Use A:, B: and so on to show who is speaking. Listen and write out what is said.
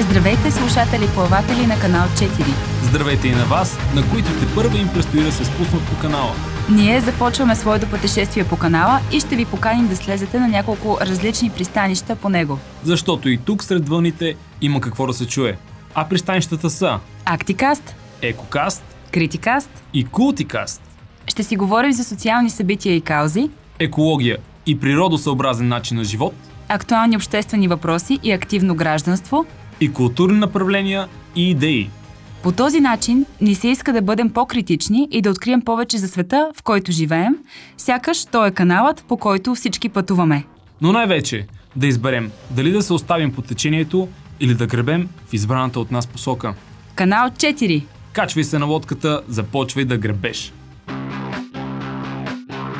A: Здравейте, слушатели плаватели на канал 4.
B: Здравейте и на вас, на които те първа им предстои да се спуснат по канала.
A: Ние започваме своето пътешествие по канала и ще ви поканим да слезете на няколко различни пристанища по него.
B: Защото и тук сред вълните има какво да се чуе. А пристанищата са
A: Актикаст,
B: Екокаст
A: Критикаст,
B: и Култикаст,
A: ще си говорим за социални събития и каузи,
B: екология и природосъобразен начин на живот,
A: актуални обществени въпроси и активно гражданство.
B: и културни направления и идеи.
A: По този начин ни се иска да бъдем по-критични и да открием повече за света, в който живеем, сякаш той е каналът, по който всички пътуваме.
B: Но най-вече да изберем дали да се оставим по течението или да гребем в избраната от нас посока.
A: Канал 4
B: Качвай се на лодката, започвай да гребеш.